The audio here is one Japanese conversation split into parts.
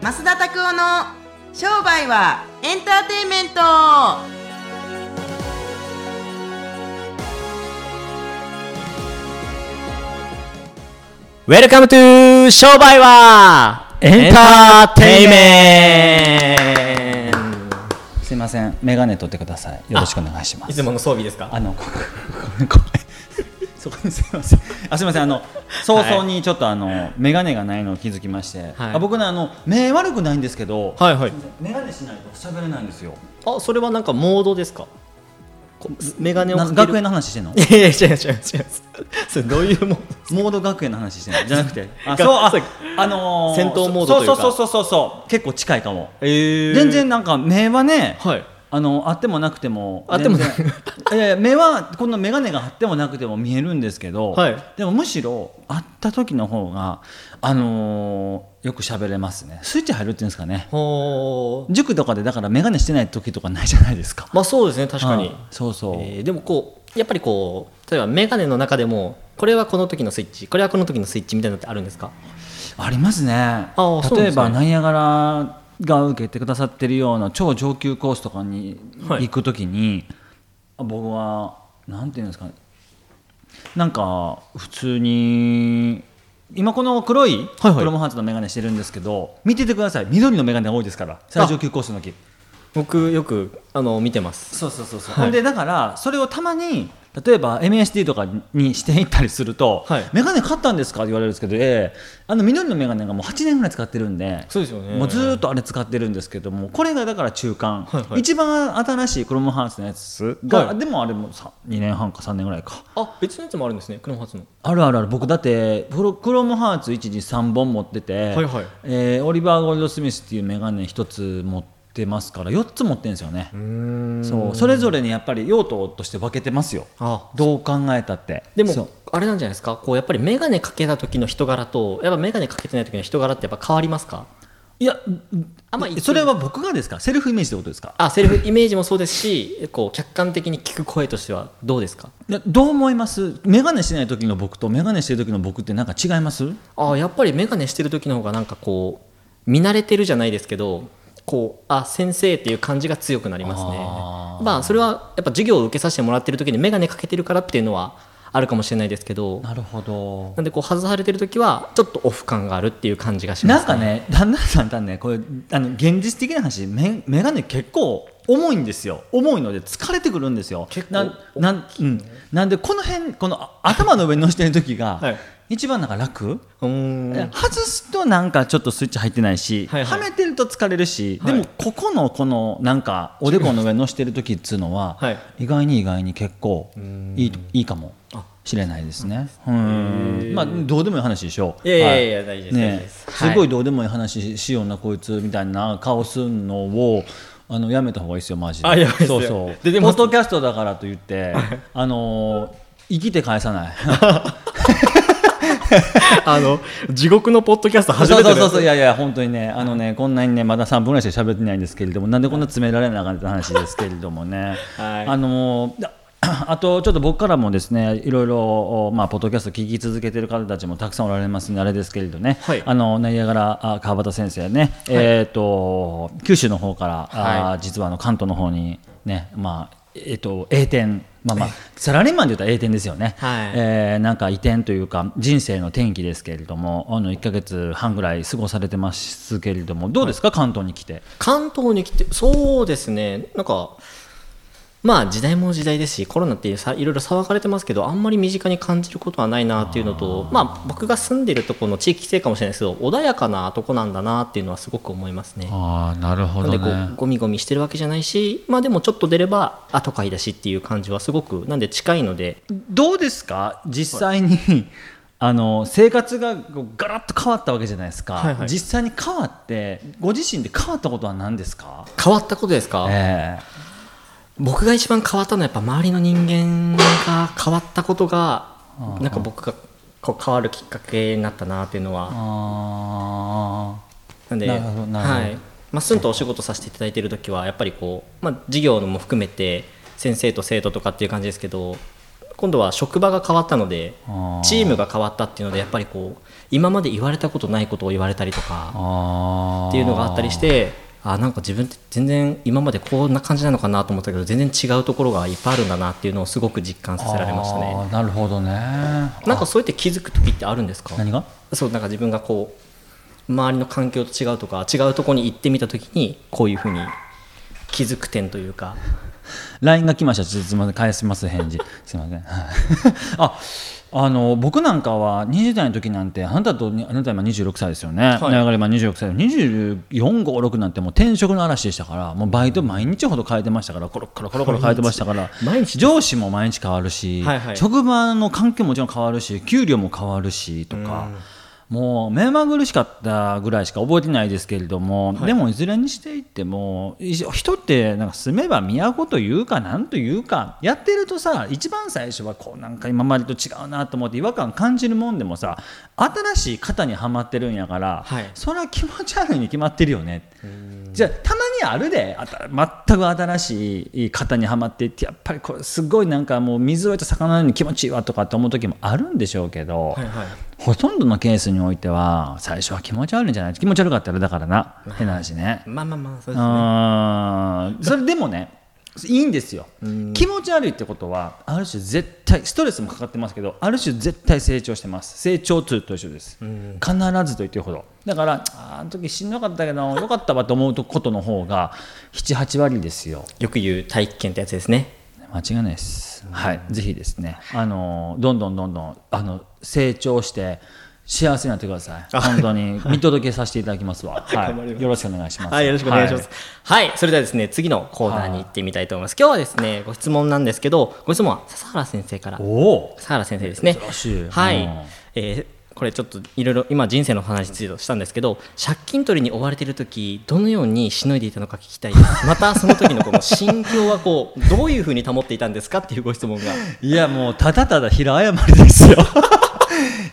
増田拓夫の商売はエンターテインメントウェルカムトゥー商売はエンターテイメエンターテイメントすいません、メガネ取ってください。よろしくお願いしまいつす。もの装備ですかあの、ここ ごめんごめんそこですいません。あ、すいません、あの、早々にちょっとあの、メガネがないのを気づきまして、はいあ僕ね、あの、目悪くないんですけど、はいはいメガネしないと喋れないんですよ。あそれはなんかモードですかこメガネをなかける学園の話してん のいやいや違う違う違うそれどういうモーモード学園の話してんのじゃなく て、があ、そう、あそう、あの戦闘モードというかそうそうそうそうそう、結構近いかも。ドえ全然なんか目はね、はいあのあってもなくてもあっても全然いやいや目はこの眼鏡があってもなくても見えるんですけど、はいでもむしろあった時の方があのーよく喋れますねスイッチ入るっていうんですかねほー塾とかでだから眼鏡してない時とかないじゃないですかまあそうですね確かにうんそうそう、えーでもこうやっぱりこう例えばメガネの中でもこれはこの時のスイッチこれはこの時のスイッチみたいなのってあるんですかありますねそうですね例えばナイアガラが受けてくださってるような超上級コースとかにはい行く時に、僕はなんていうんですかねなんか普通に今この黒いはいはいプロモハーツの眼鏡してるんですけど、見ててください緑の眼鏡が多いですから最上級コースの時僕よくあの見てますそうそうそうそう、はいほんでだからそれをたまに例えば MSD とかにしていったりするとはい「眼鏡買ったんですか?」って言われるんですけど、ええあの緑の眼鏡がもう8年ぐらい使ってるんでそうですよねもうずーっとあれ使ってるんですけどもこれがだから中間、はいはい一番新しいクロムハウスのやつが、はいでもあれもさ2年半か3年ぐらいかあ別のやつもあるんですねクロムハーツのあるあるある僕だってプロクロムハーツ1時3本持ってて、はいはいえーオリバー・ゴールド・スミスっていう眼鏡1つ持ってますから4つ持ってるんですよねそうそれぞれにやっぱり用途として分けてますよあどう考えたってでそうもあれなんじゃないですかこうやっぱり眼鏡かけた時の人柄とやっぱ眼鏡かけてない時の人柄ってやっぱ変わりますかいやあんまりそれは僕がですかセルフイメージってことですかあセルフイメージもそうですしこう客観的に聞く声としてはどうですかいやどう思います眼鏡してない時の僕と眼鏡してる時の僕ってなんか違いますあやっぱり眼鏡してる時の方がなんかこう見慣れてるじゃないですけどこうあ先生っていう感じが強くなりますねあーまあそれはやっぱ授業を受けさせてもらってる時に眼鏡かけてるからっていうのはあるかもしれないですけどなるほどなんでこう外されてる時はちょっとオフ感があるっていう感じがしまなんすねかね、だんだんだんだんね、これ、あの現実的な話、め眼鏡結構重いんですよ、重いので疲れてくるんですよ、結構なんなん,、うん、なんで、この辺このあ頭の上に乗せてる時が、はい一番なんか楽、うーん外すとなんかちょっとスイッチ入ってないし、はいはいはめてると疲れるし、はいでも、ここのこのなんか、おでこの上に乗せてる時っつうのは、はい意外に意外に結構いいいいかもあしれないですね。うんまあ、どうでもいい話でしょう。いやいやはいや大事です大事ねですすはいごいどうでもいい話しようなこいつみたいな顔すんのをあのやめた方がいいですよマジであやばいっすよそうそうででもポッドキャストだからと言ってあのー生きて返さないあの地獄のポッドキャスト初めてそうでそうそういやいや本当にねあのねこんなにねまだ3分ぐらいしか喋ってないんですけれどもなんでこんな詰められなあかんって話ですけれどもね、はいあのーだあとちょっと僕からもですねいろいろ、まあ、ポッドキャスト聞き続けてる方たちもたくさんおられますんであれですけれどね、はいあのナイアガラあ川端先生ね、えっ、と九州の方から、あはー実はあの関東の方にねまあえっ、と栄転まあまあサラリーマンで言ったら栄転ですよね、はいえーなんか移転というか人生の転機ですけれどもあの1か月半ぐらい過ごされてますけれどもどうですか、関東に来て関東に来てそうですねなんかまあ時代も時代ですしコロナっていうさいろいろ騒がれてますけどあんまり身近に感じることはないなっていうのとまあ僕が住んでるところの地域性かもしれないですけど穏やかなとこなんだなっていうのはすごく思いますね。ああなるほなんでこうゴミゴミしてるわけじゃないし、まあ、でもちょっと出ればあ都会だしっていう感じはすごくなんで近いのでどうですか実際に、あの生活がこうガラッと変わったわけじゃないですか、はいはい実際に変わってご自身で変わったことは何ですか、変わったことですか、え僕が一番変わったのはやっぱ周りの人間が変わったことがああなんか僕がこう変わるきっかけになったなっていうのー、はあなんでなるほどなるほどはいまっすんとお仕事させていただいてる時はやっぱりこう、まあ、授業も含めて先生と生徒とかっていう感じですけど今度は職場が変わったのであーチームが変わったっていうのでやっぱりこう今まで言われたことないことを言われたりとかあーっていうのがあったりしてあなんか自分って全然今までこんな感じなのかなと思ったけど全然違うところがいっぱいあるんだなっていうのをすごく実感させられましたあねーなるほどねななんかそうやって気づく時ってあるんですか何がそうなんか自分がこう周りの環境と違うとか違うところに行ってみた時にこういうふうに気づく点というか LINE が来ましたちょっとすみません返します返 事すいませんああの僕なんかは20代の時なんてあなたとにあなた今26歳ですよね、はい流れ今26歳2456なんてもう転職の嵐でしたからもうバイト毎日ほど変えてましたからコロコロコロコロ変えてましたから毎日上司も毎日変わるし、はいはい職場の環境ももちろん変わるし給料も変わるしとか。もう目まぐるしかったぐらいしか覚えてないですけれども、でもいずれにしていってもい人ってなんか住めば都というかなんというかやってるとさ一番最初はこうなんか今までと違うなと思って違和感感じるもんでもさ新しい型にはまってるんやから、はいそれは気持ち悪いに決まってるよねじゃあたまにあるであた全く新しい型にはまっていってやっぱりこれすごいなんかもう水を得た魚のように気持ちいいわとかって思う時もあるんでしょうけど。はいほとんどのケースにおいては最初は気持ち悪いんじゃない気持ち悪かったらだからな変な話ねまあまあまあそううですねーんそれでもねいいんですよ気持ち悪いってことはある種絶対ストレスもかかってますけどある種絶対成長してます成長痛と一緒です必ずと言ってるほどだからあーあの時しんどかった けどよかったわと思うことの方が78割ですよよく言う体験ってやつですね間違いないです、はい、ぜひですねあのどんどんどんどんあの成長して幸せになってください本当に見届けさせていただきますわ、は い頑張りますよろしくお願いしますはい、よろしくお願いしますは。はい、それではですね、次のコーナーに行ってみたいと思います。今日はですね、ご質問なんですけど、ご質問は笹原先生から。おお笹原先生ですね。珍しいはいうん。えーこれちょっといろいろ今人生の話についてしたんですけど借金取りに追われている時どのようにしのいでいたのか聞きたいですま たその時のこの心境はこうどういうふうに保っていたんですかっていうご質問がいやもうただただ平謝りですよ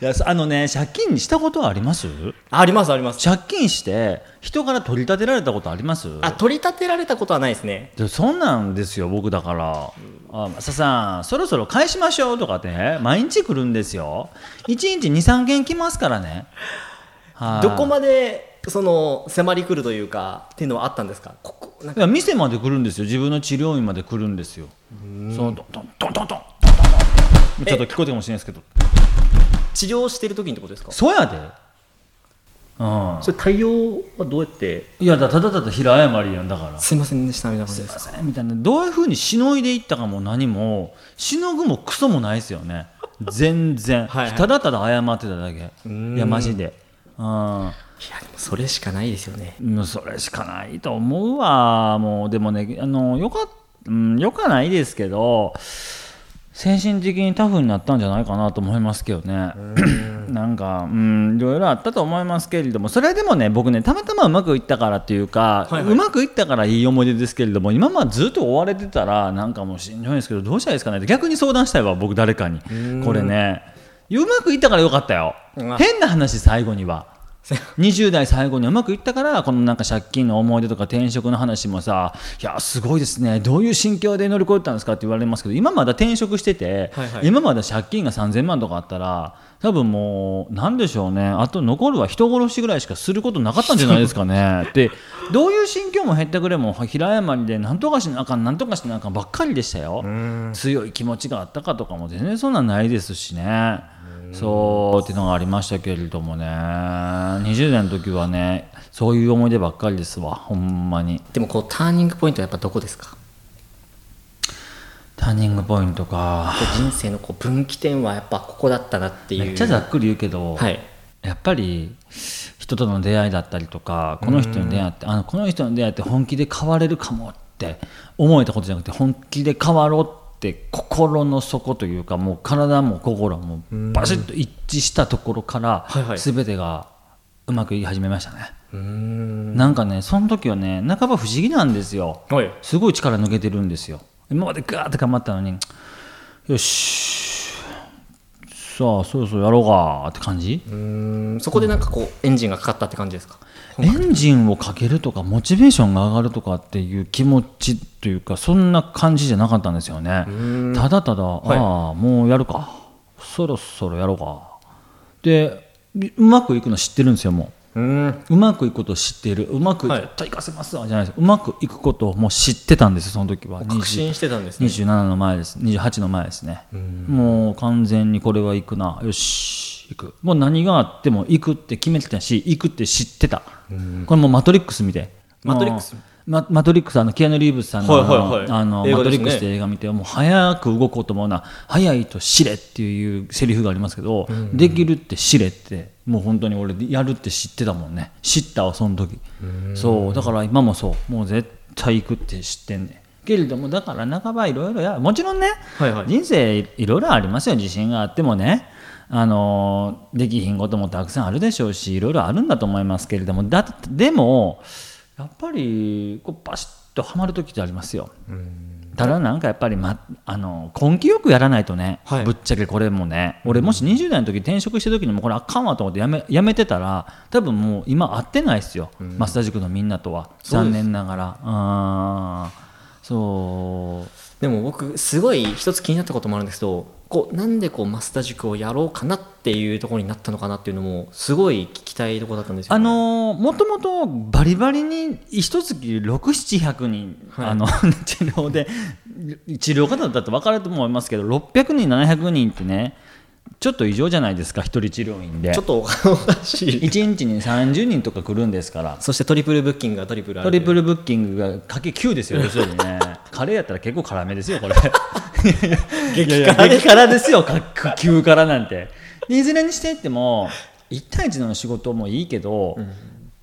いやそあのね借金したことはありますあありますあります借金して人から取り立てられたことありますあ取り立てられたことはないですねでそんなんですよ僕だから「あささんそろそろ返しましょう」とかってね毎日来るんですよ1日23件来ますからねはいどこまでその迫り来るというかっていうのはあったんですかここなんかいや店まで来るんですよ自分の治療院まで来るんですよそのドンドンドンドンドンドンちょっと聞こえてるかもしれないですけど治療してる時にってことですかそうやでうんそれ対応はどうやっていやだただただ平謝りやんだからすいませんでしたみたいな感じですすいませんみたいなどういうふうにしのいでいったかも何もしのぐもクソもないですよね全然はいはいただただ謝ってただけんいやマジでうんいやでもそれしかないですよねもうそれしかないと思うわもうでもねあのよか,、うん、よかないですけど精神的にタフになったんじゃないかなと思いますけどね なんかうんいろいろあったと思いますけれどもそれでもね僕ねたまたまうまくいったからっていうか、はいはいうまくいったからいい思い出ですけれども今までずっと追われてたらなんかもうしんどいんですけどどうしたらいいですかねって逆に相談したいわ僕誰かにこれねうまくいったからよかったようわ変な話最後には。20代最後にうまくいったからこのなんか借金の思い出とか転職の話もさ「いやすごいですねどういう心境で乗り越えたんですか?」って言われますけど今まだ転職してて、はいはい今まだ借金が3000万とかあったら多分もう何でしょうねあと残るは人殺しぐらいしかすることなかったんじゃないです かねでどういう心境も減ったくれも平山りで何とかしなあかん何とかしなあかんばっかりでしたよ強い気持ちがあったかとかも全然そんなんないですしね。そうっていうのがありましたけれどもね20代の時はねそういう思い出ばっかりですわほんまにでもこうターニングポイントはやっぱどこですかターニングポイントかこう人生のこう分岐点はやっぱここだったなっていうめっちゃざっくり言うけど、はいやっぱり人との出会いだったりとかこの人に出会ってあのこの人に出会って本気で変われるかもって思えたことじゃなくて本気で変わろうって心の底というかもう体も心もバシッと一致したところからはいはい全てがうまくいき始めましたね。うーんなんかねその時はね半ば不思議なんですよはいすごい力抜けてるんですよ今までガーって頑張ったのによしさあそろそろやろうかって感じうんそこでなんかこうエンジンがかかったって感じですかエンジンをかけるとかモチベーションが上がるとかっていう気持ちというかそんな感じじゃなかったんですよねんただただ、いああもうやるかそろそろやろうかでうまくいくの知ってるんですよもうんううまくいくことを知っているうまくはい絶対行かせますわじゃないですうまくいくことをもう知ってたんですよその時は確信してたんですね27の前です28の前ですねもう完全にこれは行くなよし行くもう何があっても行くって決めてたし行くって知ってたこれもうマトリックス見てマトリックスもうママトリックスあのキアヌ・リーブスさんの,、はいはいはいあの映マ画トですねリックスって映画見てもう早く動こうと思うな早いと知れっていうセリフがありますけど、できるって知れってもう本当に俺やるって知ってたもんね知ったわその時そうだから今もそうもう絶対行くって知ってんねんけれどもだから半ばいろいろやもちろんね、はいはい人生いろいろありますよ自信があってもねあのできひんこともたくさんあるでしょうしいろいろあるんだと思いますけれどもだってでもやっぱりこうバシッとはまる時ってありますよ。ただなんかやっぱり、ま、あの根気よくやらないとね、はいぶっちゃけこれもね俺もし20代の時転職した時にもこれあかんわと思ってやめやめてたら多分もう今会ってないですよ、マスター塾のみんなとはそうです残念ながらあーそうでも僕すごい一つ気になったこともあるんですけどこうなんでこうマスター塾をやろうかなっていうところになったのかなっていうのもすごい聞きたいところだったんですよ、ね、あのーもともとバリバリに一月6700人、はいあの 治療で治療方だったら分かると思いますけど600人700人ってねちょっと異常じゃないですか一人治療院でちょっとおかしい1日に30人とか来るんですからそしてトリプルブッキングがトリプルあトるリプルブッキングがかけ9ですよ要するに ねカレーやったら結構辛めですよこれ激辛激辛ですよか9辛なんていずれにしていっても1対1の仕事もいいけど、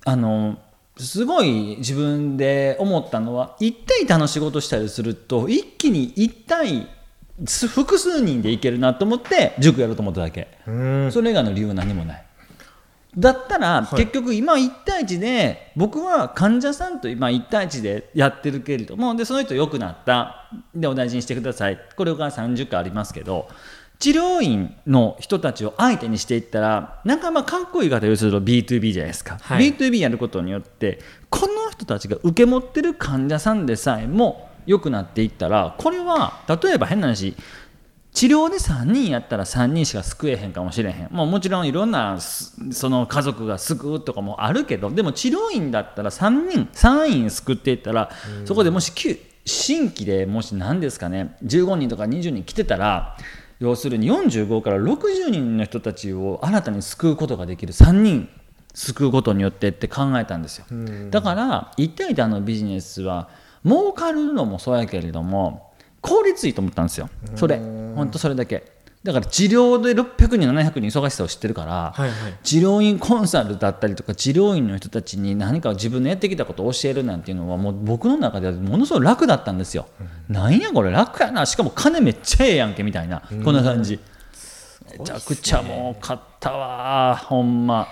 あのすごい自分で思ったのは1対1の仕事したりすると一気に1対複数人でいけるなと思って塾やろうと思っただけ。うんそれ以外の理由は何もない。だったら、はい結局今1対1で僕は患者さんと今1対1でやってるけれどもでその人良くなったでお大事にしてくださいこれが30回ありますけど治療院の人たちを相手にしていったらなんかまあかっこいい言い方をすると B2B じゃないですか、はい B2B やることによってこの人たちが受け持ってる患者さんでさえも良くなっていったらこれは例えば変な話治療で3人やったら3人しか救えへんかもしれへん、まあ、もちろんいろんなすその家族が救うとかもあるけどでも治療院だったら3人3人救っていったらそこでもしきゅ新規でもし何ですかね15人とか20人来てたら要するに45から60人の人たちを新たに救うことができる3人救うことによってって考えたんですよ、だから一対一のビジネスは儲かるのもそうやけれども効率いいと思ったんですよそれ本当それだけだから治療で600人700人忙しさを知ってるから、はいはい治療院コンサルだったりとか治療院の人たちに何か自分のやってきたことを教えるなんていうのはもう僕の中ではものすごい楽だったんですよ、なんやこれ楽やなしかも金めっちゃええやんけみたいな、こんな感じめちゃくちゃもう買ったわほんま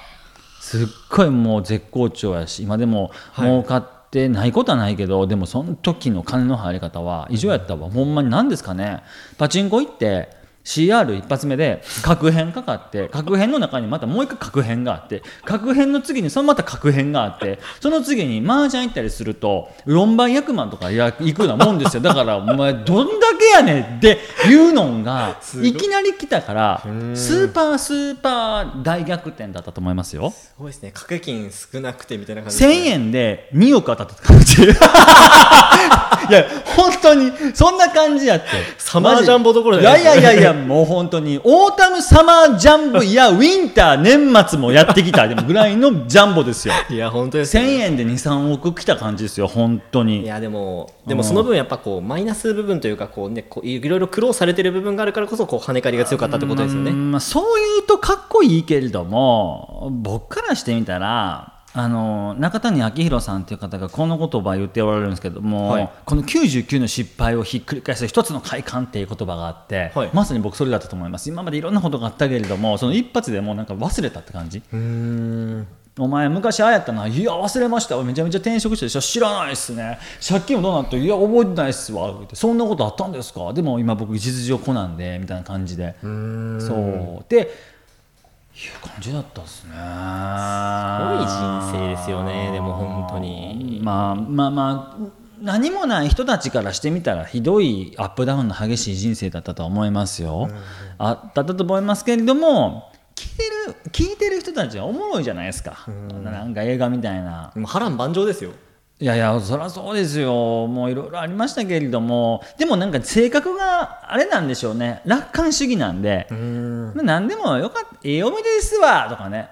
すっごいもう絶好調やし今でも儲かってないことはないけど、でもその時の金の入り方は異常やったわ、ほんまに何ですかねパチンコ行って CR 一発目で確変かかって確変の中にまたもう一回確変があって確変の次にそのまた確変があってその次に麻雀行ったりすると4倍役満とかや行くようなもんですよだからお前どんだけやねんっていうのがすごいいきなり来たからスーパースーパー大逆転だったと思いますよすごいですね掛け金少なくてみたいな感じで1000すね円で2億当たったって感 じいや本当にそんな感じやってサマージャンボどころいじゃなやいいやいやいやもう本当にオータムサマージャンボいやウィンター年末もやってきたでもぐらいのジャンボですよいや本当です1000よね円で23億来た感じですよ本当いにやでもでもその分やっぱこうマイナス部分というかこうねこういろいろ苦労されてる部分があるからこそこう跳ね返りが強かったってことですようねんまあ、そういうとかっこいいけれども僕からしてみたらあの中谷明宏さんという方がこの言葉を言っておられるんですけども、はいこの99の失敗をひっくり返す一つの快感っていう言葉があって、はいまさに僕それだったと思います今までいろんなことがあったけれどもその一発でもうなんか忘れたって感じうんお前昔ああやったないや忘れましためちゃめちゃ転職してる知らないっすね借金もどうなったいや覚えてないっすわってそんなことあったんですかでも今僕実情子なんでみたいな感じでそうでいう感じだったっすねすごい人生ですよねでも本当にまあまあまあ何もない人たちからしてみたらひどいアップダウンの激しい人生だったとは思いますよ、あだったと思いますけれども聞いてる聞いてる人たちはおもろいじゃないですか、なんか映画みたいなもう波乱万丈ですよいやいやそりゃそうですよもういろいろありましたけれどもでもなんか性格があれなんでしょうね楽観主義なんでまあ何でもよかったええ思い出ですわとかね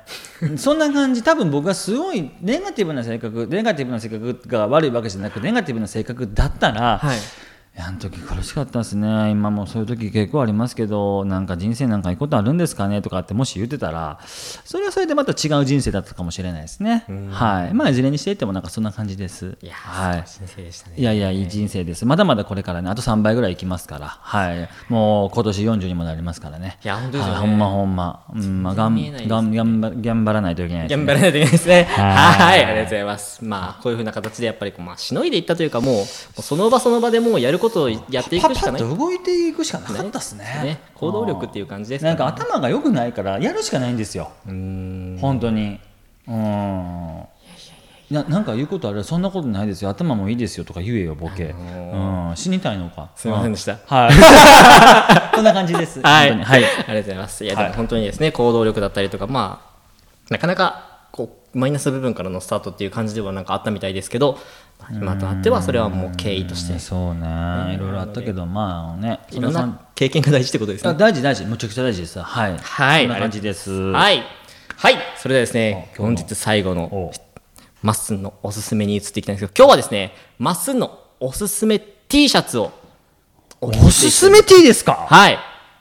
そんな感じ多分僕はすごいネガティブな性格ネガティブな性格が悪いわけじゃなくネガティブな性格だったら、はいいやあの時苦しかったですね今もそういう時結構ありますけどなんか人生なんかいいことあるんですかねとかってもし言ってたらそれはそれでまた違う人生だったかもしれないですねはいまあいずれにしていてもなんかそんな感じですいやー、ははいい、人生でしたねいやいやいい人生ですまだまだこれからねあと3倍ぐらいいきますからはいもう今年40にもなりますからねいや本当ですよねはいほんまほんま、うんまあ、がん全然見えないですねがん頑張頑張らないといけないですね頑張らないといけないですね。ははいい、ありがとうございます。まあ、こういうふうな形で、やっぱりこう、まあ、しのいでいったというか、もう、もうその場その場でもうやることをやっていパくッしパかッない。と動いていくしかなかったですねね行動力っていう感じですかねなんか頭が良くないからやるしかないんですようーん。本当にうんななんか言うことあれそんなことないですよ頭もいいですよとか言えよボケ、うん、死にたいのかすみませんでした。うんはい こんな感じで すはい、本当にはいありがとうございます。いや、はいでも本当にですね、行動力だったりとか、まあ、なかなか、こう、マイナス部分からのスタートっていう感じではなんかあったみたいですけど、まあ今となってはそれはもう経緯として、そうねいろいろあったけどまあねいろんな経験が大事ってことですあね。大事大事むちゃくちゃ大事ですはいはいそんな感じですいはい。はい。それではですね、あ今本日の日最後のおうまっすんのおすすめに移っていきたいんですけど今日はですねまっすんのおすすめ T シャツをおおすすめ T ですかはい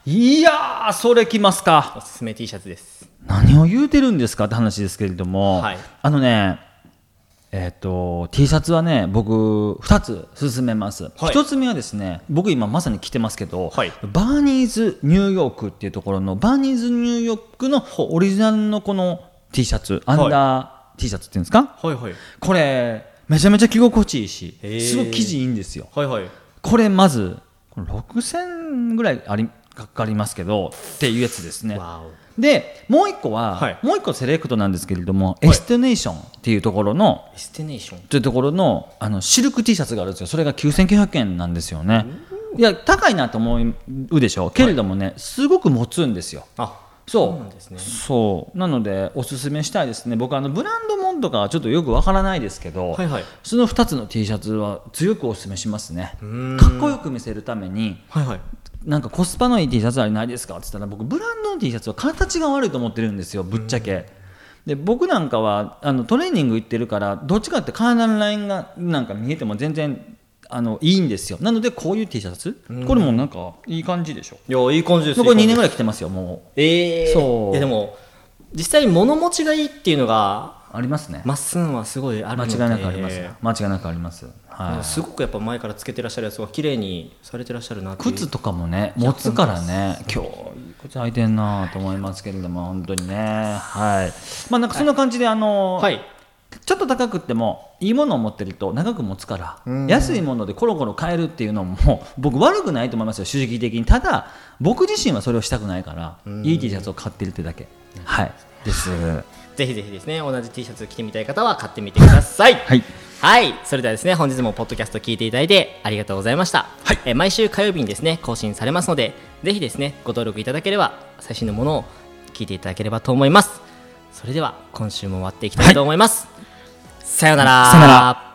いやーそれきますかおすすめ T シャツです何を言うてるんですかって話ですけれども、はいあのねえっ、と T シャツはね僕2つ勧めます、はい1つ目はですね僕今まさに着てますけど、はいバーニーズニューヨークっていうところのバーニーズニューヨークのオリジナルのこの T シャツアンダー T シャツっていうんですかはいはいこれめちゃめちゃ着心地いいしへーすごく生地いいんですよはいはいこれまずこれ6000ぐらいありかかりますけどっていうやつですねわでもう一個は、はいもう一個セレクトなんですけれども、いエステネーションっていうところのエステネーションというところのあのシルク T シャツがあるんですよそれが9900円なんですよねいや高いなと思うでしょうけれどもね、すごく持つんですよあそそううなんですねそうなのでおすすめしたいですね僕あのブランドもんとかはちょっとよくわからないですけど、はいはいその2つの T シャツは強くおすすめしますねかっこよく見せるためにはいはいなんかコスパのいい T シャツあれないですかって言ったら僕ブランドの T シャツは形が悪いと思ってるんですよぶっちゃけ。で僕なんかはあのトレーニング行ってるからどっちかって体のラインがなんか見えても全然あのいいんですよなのでこういう T シャツ、これもなんかいい感じでしょいやいい感じですこれ2年ぐいらい着てますよもうええそいうやでも実際物持ちがいいっていうのがありますねまっすんはすごいあるの間違でいなくありますね間違いなくあります、はい、すごくやっぱ前からつけてらっしゃるやつが綺麗にされてらっしゃるなっていう靴とかもね持つからね今日いい靴履いてんなと思いますけれども本当にねはいまあなんかそんな感じであの、はいちょっと高くってもいいものを持ってると長く持つから安いものでコロコロ買えるっていうのも僕悪くないと思いますよ主義的にただ僕自身はそれをしたくないからいい T シャツを買ってるってだけはいですぜひぜひですね、同じ T シャツ着てみたい方は買ってみてください。はい。はい。それではですね、本日もポッドキャスト聞いていただいてありがとうございました。はいえー毎週火曜日にですね、更新されますので、ぜひですね、ご登録いただければ、最新のものを聞いていただければと思います。それでは、今週も終わっていきたいと思います。さようなら。さよなら。